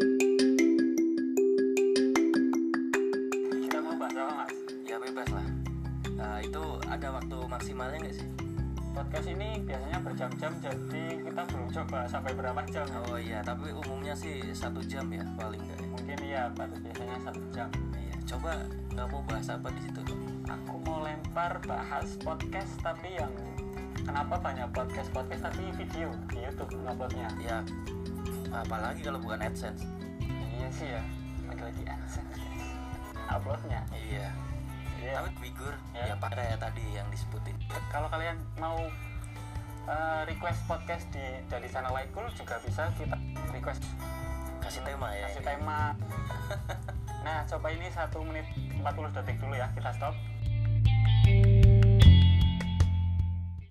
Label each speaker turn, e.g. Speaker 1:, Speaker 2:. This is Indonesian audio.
Speaker 1: Ya, Ah, maksimalnya nggak sih
Speaker 2: podcast ini biasanya berjam-jam jadi kita belum coba sampai berapa jam ya.
Speaker 1: oh iya tapi umumnya sih satu jam ya paling nggak ya
Speaker 2: mungkin ya pada biasanya satu jam
Speaker 1: iya coba nggak mau bahas apa di situ tuh
Speaker 2: aku mau lempar bahas podcast tapi yang kenapa banyak podcast podcast tapi video di YouTube nguploadnya
Speaker 1: ya apalagi kalau bukan adsense
Speaker 2: iya sih ya lagi-lagi AdSense uploadnya
Speaker 1: iya
Speaker 2: Iya.
Speaker 1: tapi figur
Speaker 2: Iya.
Speaker 1: ya pakai ya tadi yang disebutin
Speaker 2: kalau kalian mau eh, request podcast di dari channel Laikul juga bisa kita request
Speaker 1: kasih tema ya
Speaker 2: kasih
Speaker 1: ini.
Speaker 2: tema nah coba ini satu menit 40 detik dulu ya kita stop